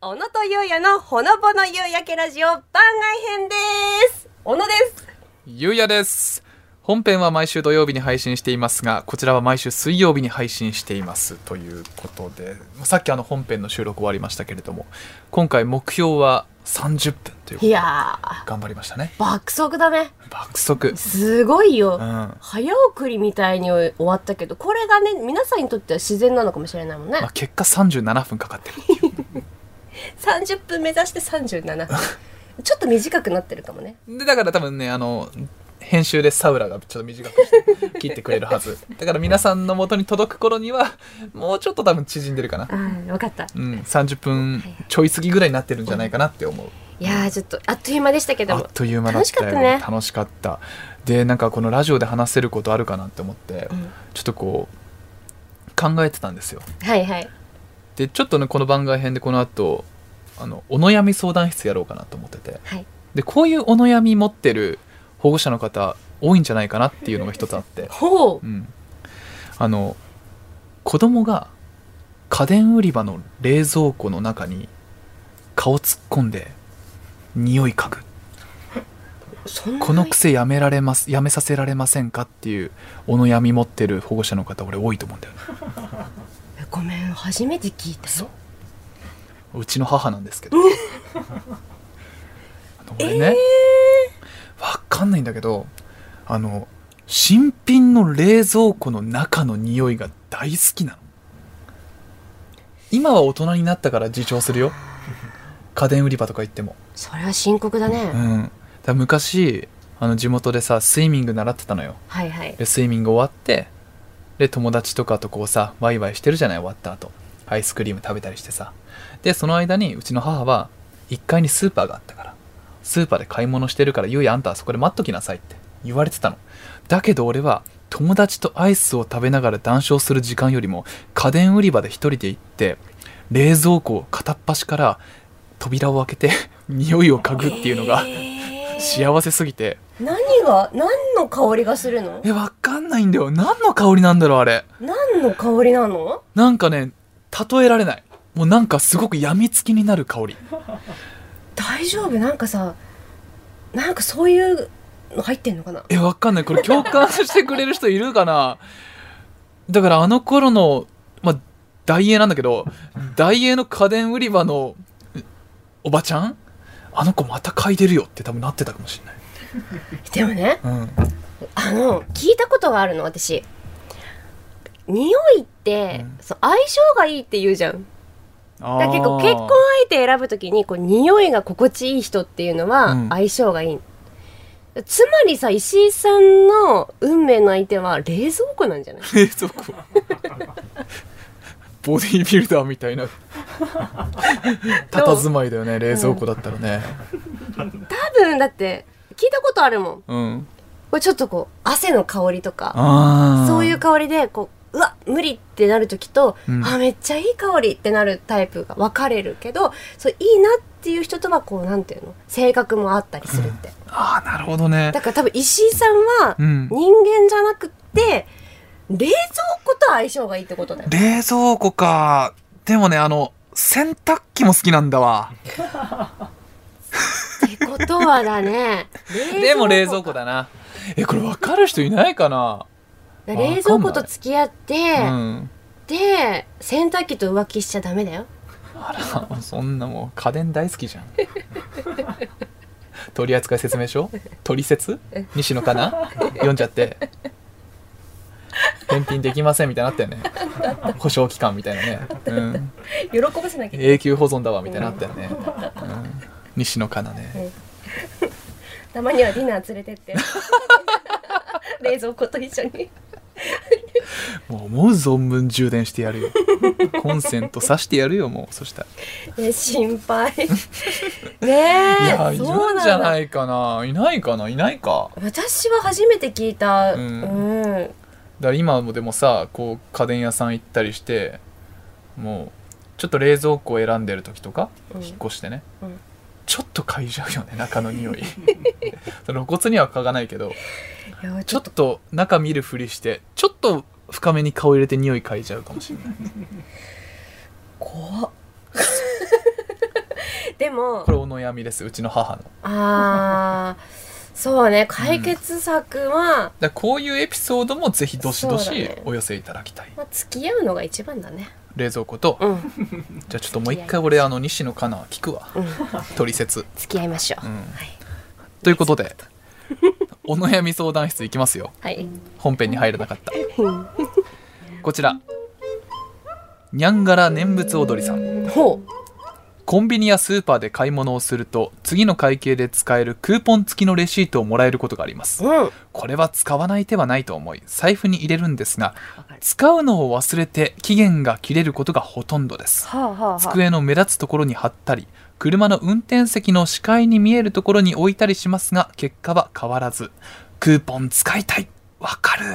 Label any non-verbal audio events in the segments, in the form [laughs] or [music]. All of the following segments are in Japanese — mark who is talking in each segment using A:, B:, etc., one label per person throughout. A: 小野とゆうやのほのぼの夕焼けラジオ番外編です小野です
B: ゆうやです本編は毎週土曜日に配信していますがこちらは毎週水曜日に配信していますということでさっきあの本編の収録終わりましたけれども今回目標は30分ということ
A: い
B: で
A: やー
B: 頑張りましたね
A: 爆速だね
B: 爆速
A: すごいよ、
B: うん
A: 早送りみたいに終わったけどこれがね皆さんにとっては自然なのかもしれないもんね
B: まあ、結果37分かかってる
A: 30分目指して37分ちょっと短くなってるかもね
B: でだから多分ねあの編集でサウラがちょっと短くして切ってくれるはず [laughs] だから皆さんの元に届く頃にはもうちょっと多分縮んでるかな
A: うん分かった
B: うん30分ちょい過ぎぐらいになってるんじゃないかなって思う
A: いやーちょっとあっという間でしたけど
B: あ
A: も
B: っという間だった
A: 楽しか
B: よ
A: ったね
B: 楽しかったでなんかこのラジオで話せることあるかなって思って、
A: うん
B: ちょっとこう考えてたんですよ
A: はいはい
B: でちょっとねこの番外編でこの後あのお悩み相談室やろうかなと思ってて
A: はい
B: でこういうお悩み持ってる保護者の方多いんじゃないかなっていうのが一つあって、
A: ほう
B: うん、あの子供が家電売り場の冷蔵庫の中に顔突っ込んで匂い嗅ぐ
A: そんな
B: この癖やめられますやめさせられませんかっていうお悩み持ってる保護者の方俺多いと思うんだよね
A: ごめん初めて聞いたよ
B: うちの母なんですけどあの俺ね、わかんないんだけどあの新品の冷蔵庫の中の匂いが大好きなの今は大人になったから自重するよ家電売り場とか行っても
A: それは深刻だね、
B: うんだから昔あの地元でさスイミング習ってたのよ
A: はいはい
B: でスイミング終わってで友達とかとこうさワイワイしてるじゃない終わった後アイスクリーム食べたりしてさでその間にうちの母は1階にスーパーがあったからスーパーで買い物してるからゆうやあんたはそこで待っときなさいって言われてたのだけど俺は友達とアイスを食べながら談笑する時間よりも家電売り場で一人で行って冷蔵庫を片っ端から扉を開けて [laughs] 匂いを嗅ぐっていうのが
A: えー
B: 幸せすぎて
A: 何が何の香りがするの
B: えわかんないんだよ何の香りなんだろうあれ
A: 何の香りなの
B: なんかね例えられないもうなんかすごく病みつきになる香り
A: 大丈夫なんかさなんかそういうの入ってんのかな
B: えわかんないこれ共感してくれる人いるかなだからあの頃のまあダイエーなんだけどダイエーの家電売り場のおばちゃんあの子また嗅いでるよって多分なってたかもし
A: でもね
B: れない、うん、
A: あの聞いたことがあるの私匂いって、
B: うん
A: そう相性がいいって言うじゃん
B: あ
A: だから結構結婚相手選ぶときにこう匂いが心地いい人っていうのは
B: うん
A: 相性がいい、つまりさ石井さんの運命の相手は冷蔵庫なんじゃない
B: 冷蔵 [laughs] 庫ボディービルダー
A: [laughs]
B: みたいな佇まいだよね冷蔵庫だったらね
A: 多分だって聞いたことあるもん
B: うん
A: これちょっとこう汗の香りとか
B: ああ
A: そういう香りでこううわ無理ってなる時と、
B: うん
A: あめっちゃいい香りってなるタイプが分かれるけどそういいなっていう人とはこうなんていうの性格もあったりするって、
B: ああなるほどね
A: だから多分石井さんは
B: うん
A: 人間じゃなくって、冷蔵庫と相性がいいってことだよ
B: 冷蔵庫かでもねあの洗濯機も好きなんだわ
A: ってことはだね
B: でも冷蔵庫だなえこれ分かる人いないかな
A: だから冷蔵庫と付き合って、
B: うん
A: で洗濯機と浮気しちゃダメだよ
B: あらそんなもう家電大好きじゃん取扱説明書取説西野かな読んじゃって返品できませんみたいになったよね保証期間みたいなね、うん、
A: 喜ばせなきゃ
B: 永久保存だわみたいになったよね、うん、西野かなね
A: たまにはディナー連れてって [laughs] 冷蔵庫と一緒に
B: もう思う存分充電してや
A: [laughs]
B: るよコンセント挿してやるよもうそした
A: ね心 [laughs] 配ね
B: らい
A: え
B: やいるんじゃ
A: い
B: ないかないないかないないか
A: 私は初めて聞いた、う
B: うんんだから今もでもさこう家電屋さん行ったりしてもうちょっと冷蔵庫を選んでる時とか、
A: うん
B: 引っ越してね、
A: うん
B: ちょっと嗅いじゃうよね中の匂い [laughs] 露骨には嗅がないけど
A: いや
B: ちょっと中見るふりしてちょっと深めに
A: [laughs]
B: 顔入れて匂い嗅いじゃうかもしれない
A: 怖っで [laughs] も
B: これお悩みですうちの母のだか
A: ああそうね解決策は、
B: らこういうエピソードもぜひどしど
A: そうだ
B: し
A: ね
B: お寄せいただきたい、
A: まあ、付き合うのが一番だね
B: 冷蔵庫と、
A: うん
B: じゃあちょっともう一回俺あの西野カナ聞くわ
A: うん
B: 取説
A: [laughs] 付き合いましょう、
B: うん
A: はい
B: ということでお悩み相談室いきますよ
A: はい、
B: 本編に入らなかった
A: うん
B: こちらにゃんがら念仏踊りさん
A: ほ
B: コンビニやスーパーで買い物をすると次の会計で使えるクーポン付きのレシートをもらえることがあります
A: ううん
B: これは使わない手はないと思い財布に入れるんですが使うのを忘れて期限が切れることがほとんどです
A: はあはあは
B: 机の目立つところに貼ったり車の運転席の視界に見えるところに置いたりしますが結果は変わらずクーポン使いたいわかる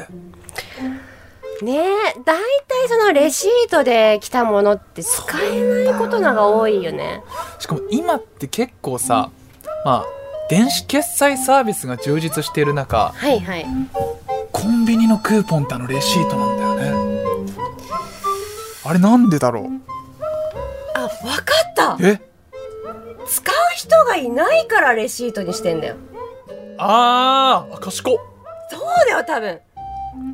A: あねえ大体そのレシートで来たものって使えないことのが多いよね
B: しかも今って結構さまあ電子決済サービスが充実している中
A: はいはい
B: コンビニのクーポンってあのレシートなんだよねあれなんでだろう
A: あわかった
B: え
A: 使う人がいないからレシートにしてんだよ
B: あーあ賢っ
A: そうだよ多分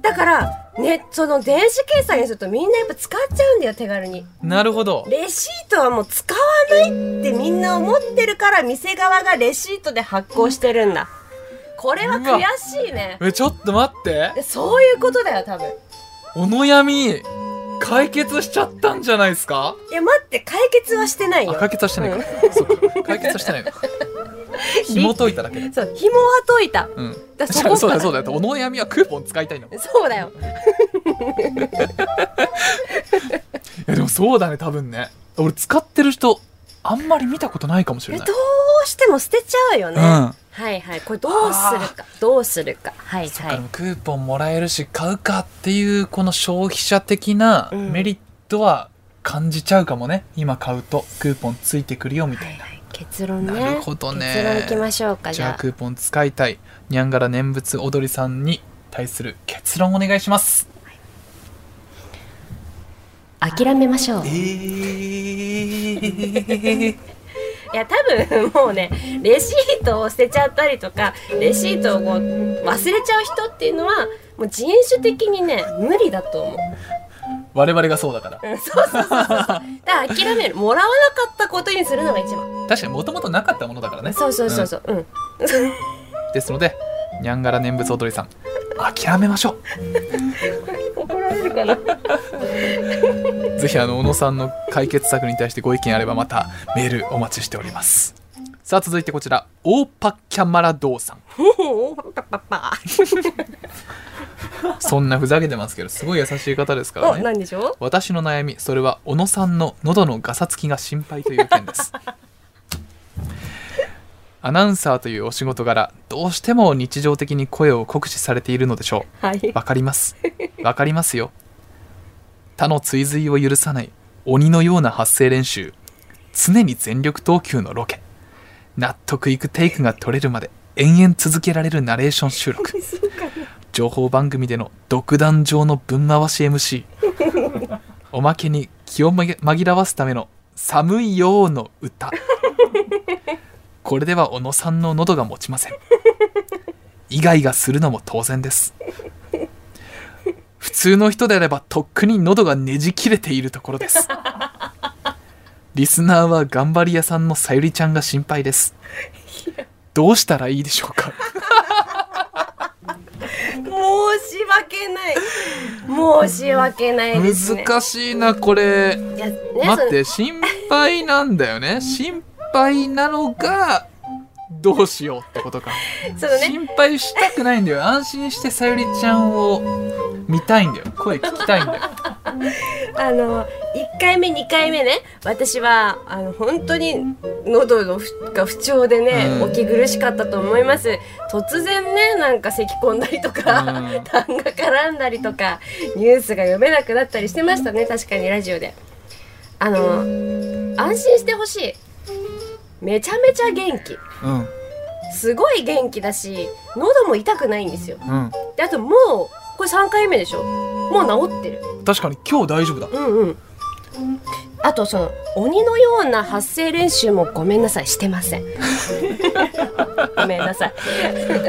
A: だからねその電子決済にするとみんなやっぱ使っちゃうんだよ手軽に
B: なるほど
A: レシートはもう使わないってみんな思ってるから店側がレシートで発行してるんだこれは悔しいね
B: えちょっと待って
A: でそういうことだよ多分
B: お悩み解決しちゃったんじゃないですか
A: いや待って解決はしてないよ
B: あ解決はしてないか、そっか解決はし
A: [laughs]
B: てないのか紐解いただけで
A: そう紐は解いた
B: うん
A: だそ
B: そう
A: こ
B: だ
A: か
B: よそうだよお悩みはクーポン使いたいのい
A: そうだよ
B: やでもそうだね多分ね俺使ってる人あんまり見たことないかもし
A: え
B: れ
A: ど
B: ないう
A: しても捨てちゃうよね、
B: うん
A: はいはいこれどうするかどうするかはい
B: そっ
A: は
B: か、
A: い
B: でもクーポンもらえるし買うかっていうこの消費者的な
A: うん
B: メリットは感じちゃうかもね、今買うとクーポンついてくるよみた
A: はい
B: いな、
A: はい結論ね
B: なるほどね
A: 結論いきましょうかじ
B: じゃあ
A: ゃあ
B: クーポン使いたいにゃんがら念仏踊りさんに対する結論お願いします
A: 諦めましょう
B: えー、
A: いや多分もうねレシートを捨てちゃったりとかレシートをこう忘れちゃう人っていうのはもう人種的にね無理だと思う、
B: [laughs] 我々がそうだから
A: うん、そうそうそうそうだから諦めるもらわなかったことにするのが一番
B: 確かにもともとなかったものだからね
A: そうそうそうそううん、
B: ですのでにゃんがら念仏踊りさん諦めましょ
A: 怒られるかな
B: うぜひあの小野さんの解決策に対してご意見あればまたメールお待ちしておりますさあ続いてこちらオーパッキャマラドーさん
A: おおパパパ
B: そんなふざけてますけどすごい優しい方ですか
A: パお
B: らね
A: 何でしょ
B: 私の悩みそれは小野さんの喉のガサつきが心配という件です [laughs] アナウンサーというお仕事柄どうしても日常的に声を酷使されているのでしょ
A: う
B: う
A: はい
B: [laughs] わかります。わかりますよ。他の追随を許さない鬼のような発声練習。常に全力投球のロケ。納得いくテイクが取れるまで延々続けられるナレーション収録。情報番組での独壇場のぶん回し MC。おまけに気を紛紛らわすための寒いよーの歌。これでは小野さんの喉が持ちません。イガイガするのも当然です。普通の人であればとっくに喉がねじ切れているところ [laughs] ですリスナーは頑張り屋さんのさゆりちゃんが心配ですどうしたらいいでしょうか
A: 申し訳ない申し訳ないですね
B: 難しいなこれ
A: いやね
B: 待って心配なんだよね心配なのがどうしようってことか
A: そのそのね
B: 心配したくないんだよ安心してさゆりちゃんを見たいんだよ声聞きたいんだ
A: [laughs]
B: よ
A: あの1回目2回目ね私はあの本当に喉の不が不調でね、
B: うん
A: お気苦しかったと思います突然ねなんか咳込んだりとか、
B: うん
A: 痰が絡んだりとかニュースが読めなくなったりしてましたね確かにラジオであの安心してほしいめちゃめちゃ元気
B: うん
A: すごい元気だし喉も痛くないんですよ
B: うん
A: であともうこれ3回目でしょもう治ってる
B: 確かに今日大丈夫だ
A: うんうんあとその鬼のような発声練習もごめんなさいしてませ
B: [laughs]
A: んごめんなさい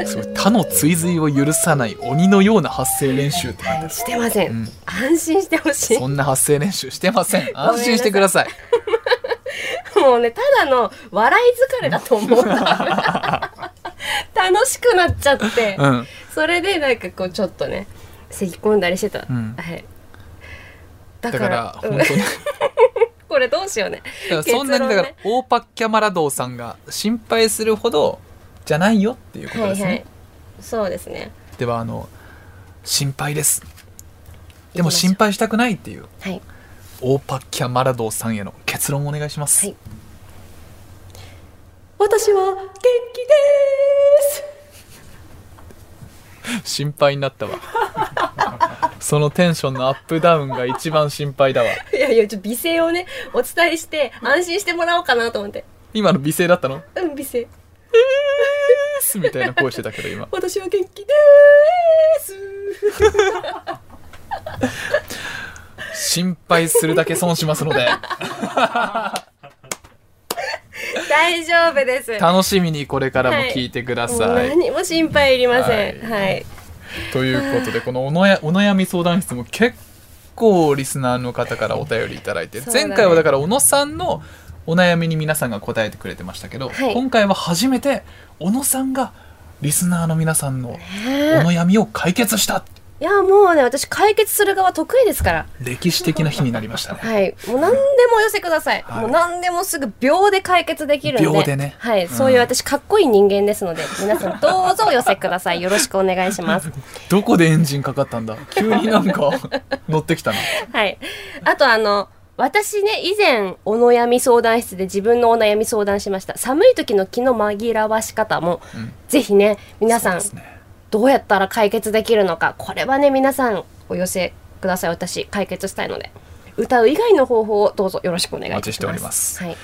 B: すごい他の追随を許さない鬼のような発声練習って書いてある
A: してません、
B: うん
A: 安心してほしい
B: そんな発声練習してません安心してください
A: もうねただの笑い疲れだと思
B: [laughs]
A: う楽しくなっちゃって、
B: うん
A: それでなんかこうちょっとね咳き込んだりしてた、
B: うん
A: はいだ
B: だ
A: か
B: から
A: ら
B: 本当
A: うん
B: [laughs] に
A: これどうしようね
B: だからそんな
A: 結論
B: にだか
A: ね
B: らオーパッキャマラドーさんが心配するほどじゃないよっていうこと
A: は
B: で
A: い
B: すね、
A: はいそうですね
B: ではあの心配ですで
A: 行きま
B: も
A: しょう
B: 心配したくないっていう
A: はい
B: オーパッキャマラドーさんへの結論をお願いします、
A: はい私は元気で
B: 心配になったわ [laughs] そのテンションのアップダウンが一番心配だわ
A: ーす [laughs] いやいやちょっと美声をねお伝えして安心してもらおうかなと思って
B: 今の美声だったの
A: うん美声 [laughs]
B: スみたいな声してたけど今
A: 私は元気でー
B: [laughs]
A: す
B: 心配するだけ損します
A: [laughs]
B: ので
A: 大丈夫です
B: 楽しみにこれからも聞いてくだ
A: もう
B: さい、
A: 何も心配いりませんはい、
B: ということでこのおのやお悩み相談室も結構リスナーの方からお便りいただいて、
A: そうだね
B: 前回はだから小野さんのお悩みに皆さんが答えてくれてましたけど、
A: はい
B: 今回は初めて小野さんがリスナーの皆さんのお
A: ねえ
B: 悩みを解決した
A: いやもうね私解決する側得意ですから
B: 歴史的な日になりましたね。
A: はいもう何でもお寄せください、
B: はい
A: もう何でもすぐ秒で解決できるんで
B: 秒でね
A: はい、
B: うん
A: そういう私かっこいい人間ですので皆さんどうぞお寄せくださいよろしくお願いし
B: [laughs]
A: ます
B: どこでエンジンかかったんだ急になん
A: [laughs]
B: か乗ってきたな。
A: はいあとあの私ね以前お悩み相談室で自分のお悩み相談しました寒い時の気の紛らわし方も、
B: うん
A: ぜひね皆さん
B: そうですね
A: どうやったら解決できるのかこれはね皆さんお寄せください私解決したいので歌う以外の方法をどうぞよろしくお願いいたします
B: お待ちしております
A: はい、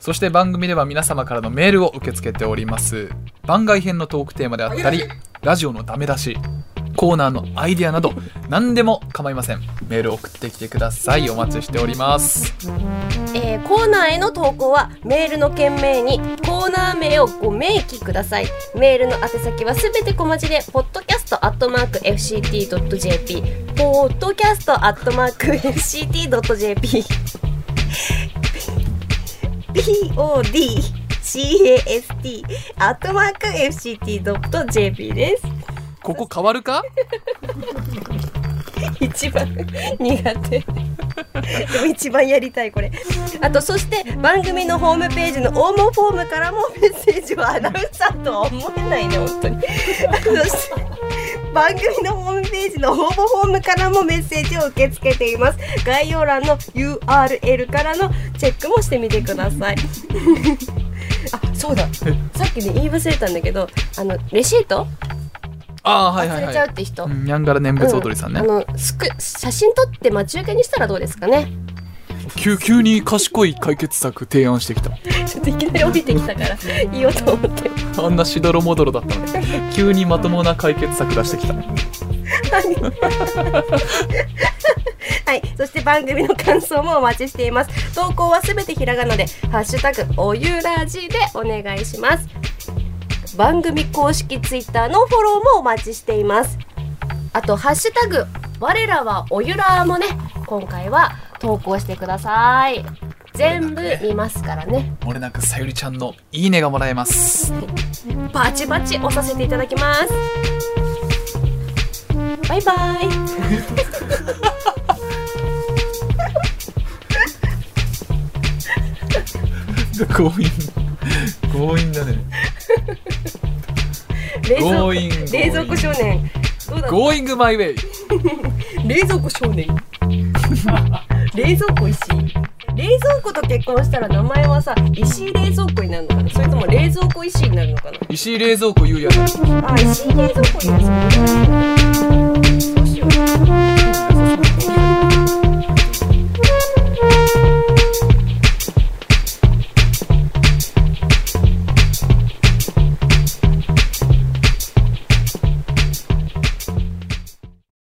B: そして番組では皆様からのメールを受け付けております番外編のトークテーマであったりラジオのダメ出しコーナーのアイディアなど何でも構いませんメールを送ってきてくださいお待ちしております
A: えーコーナーへの投稿はメールの件名にコーナー名をご明記くださいメールの宛先はすべて小文字で podcast.fct.jp podcast.fct.jp podcast アットマーク fct.jp です
B: ここ変わるか
A: 一番苦手でも一番やりたいこれあとそして番組のホームページの応募フォームからもメッセージはアナウンサーとは思えないね本当にそして番組のホームページの応募フォームからもメッセージを受け付けています概要欄の URL からのチェックもしてみてくださいあそう
B: [laughs]
A: ださっきね言い忘れたんだけどあのレシート
B: ああはいは
A: 忘
B: いは
A: れちゃう
B: い
A: って人、
B: うんニャンガラ念仏踊りさんね、
A: うんあのすく写真撮って待ち受けにしたらどうですかね
B: 急急に賢い解決策提案してきた
A: ちょっといきなり降りてきたから言おうと思って
B: あんなしどろもどろだったのに急にまともな解決策出してきた
A: はいそして番組の感想もお待ちしています投稿はすべてひらがなで「ハッシュタグおゆらじ」でお願いします番組公式ツイッターのフォローもお待ちしていますあと「ハッシュタグ我らはおゆら」もね今回は投稿してください全部見ますからね
B: 漏れなくさゆりちゃんのいいねがもらえます
A: バチバチ押させていただきますバイバイ
B: [laughs] 強引強引だね
A: 冷蔵庫
B: 強引
A: 冷蔵庫少年どうだ
B: ゴーイングマイウェイ
A: 冷蔵庫少年 [laughs] 冷蔵庫石井冷蔵庫と結婚したら名前はさ石井冷蔵庫になるのかなそれとも冷蔵庫石井になるのか
B: 石井冷蔵庫ゆうやの
A: なあ石井冷蔵庫になるそうしよう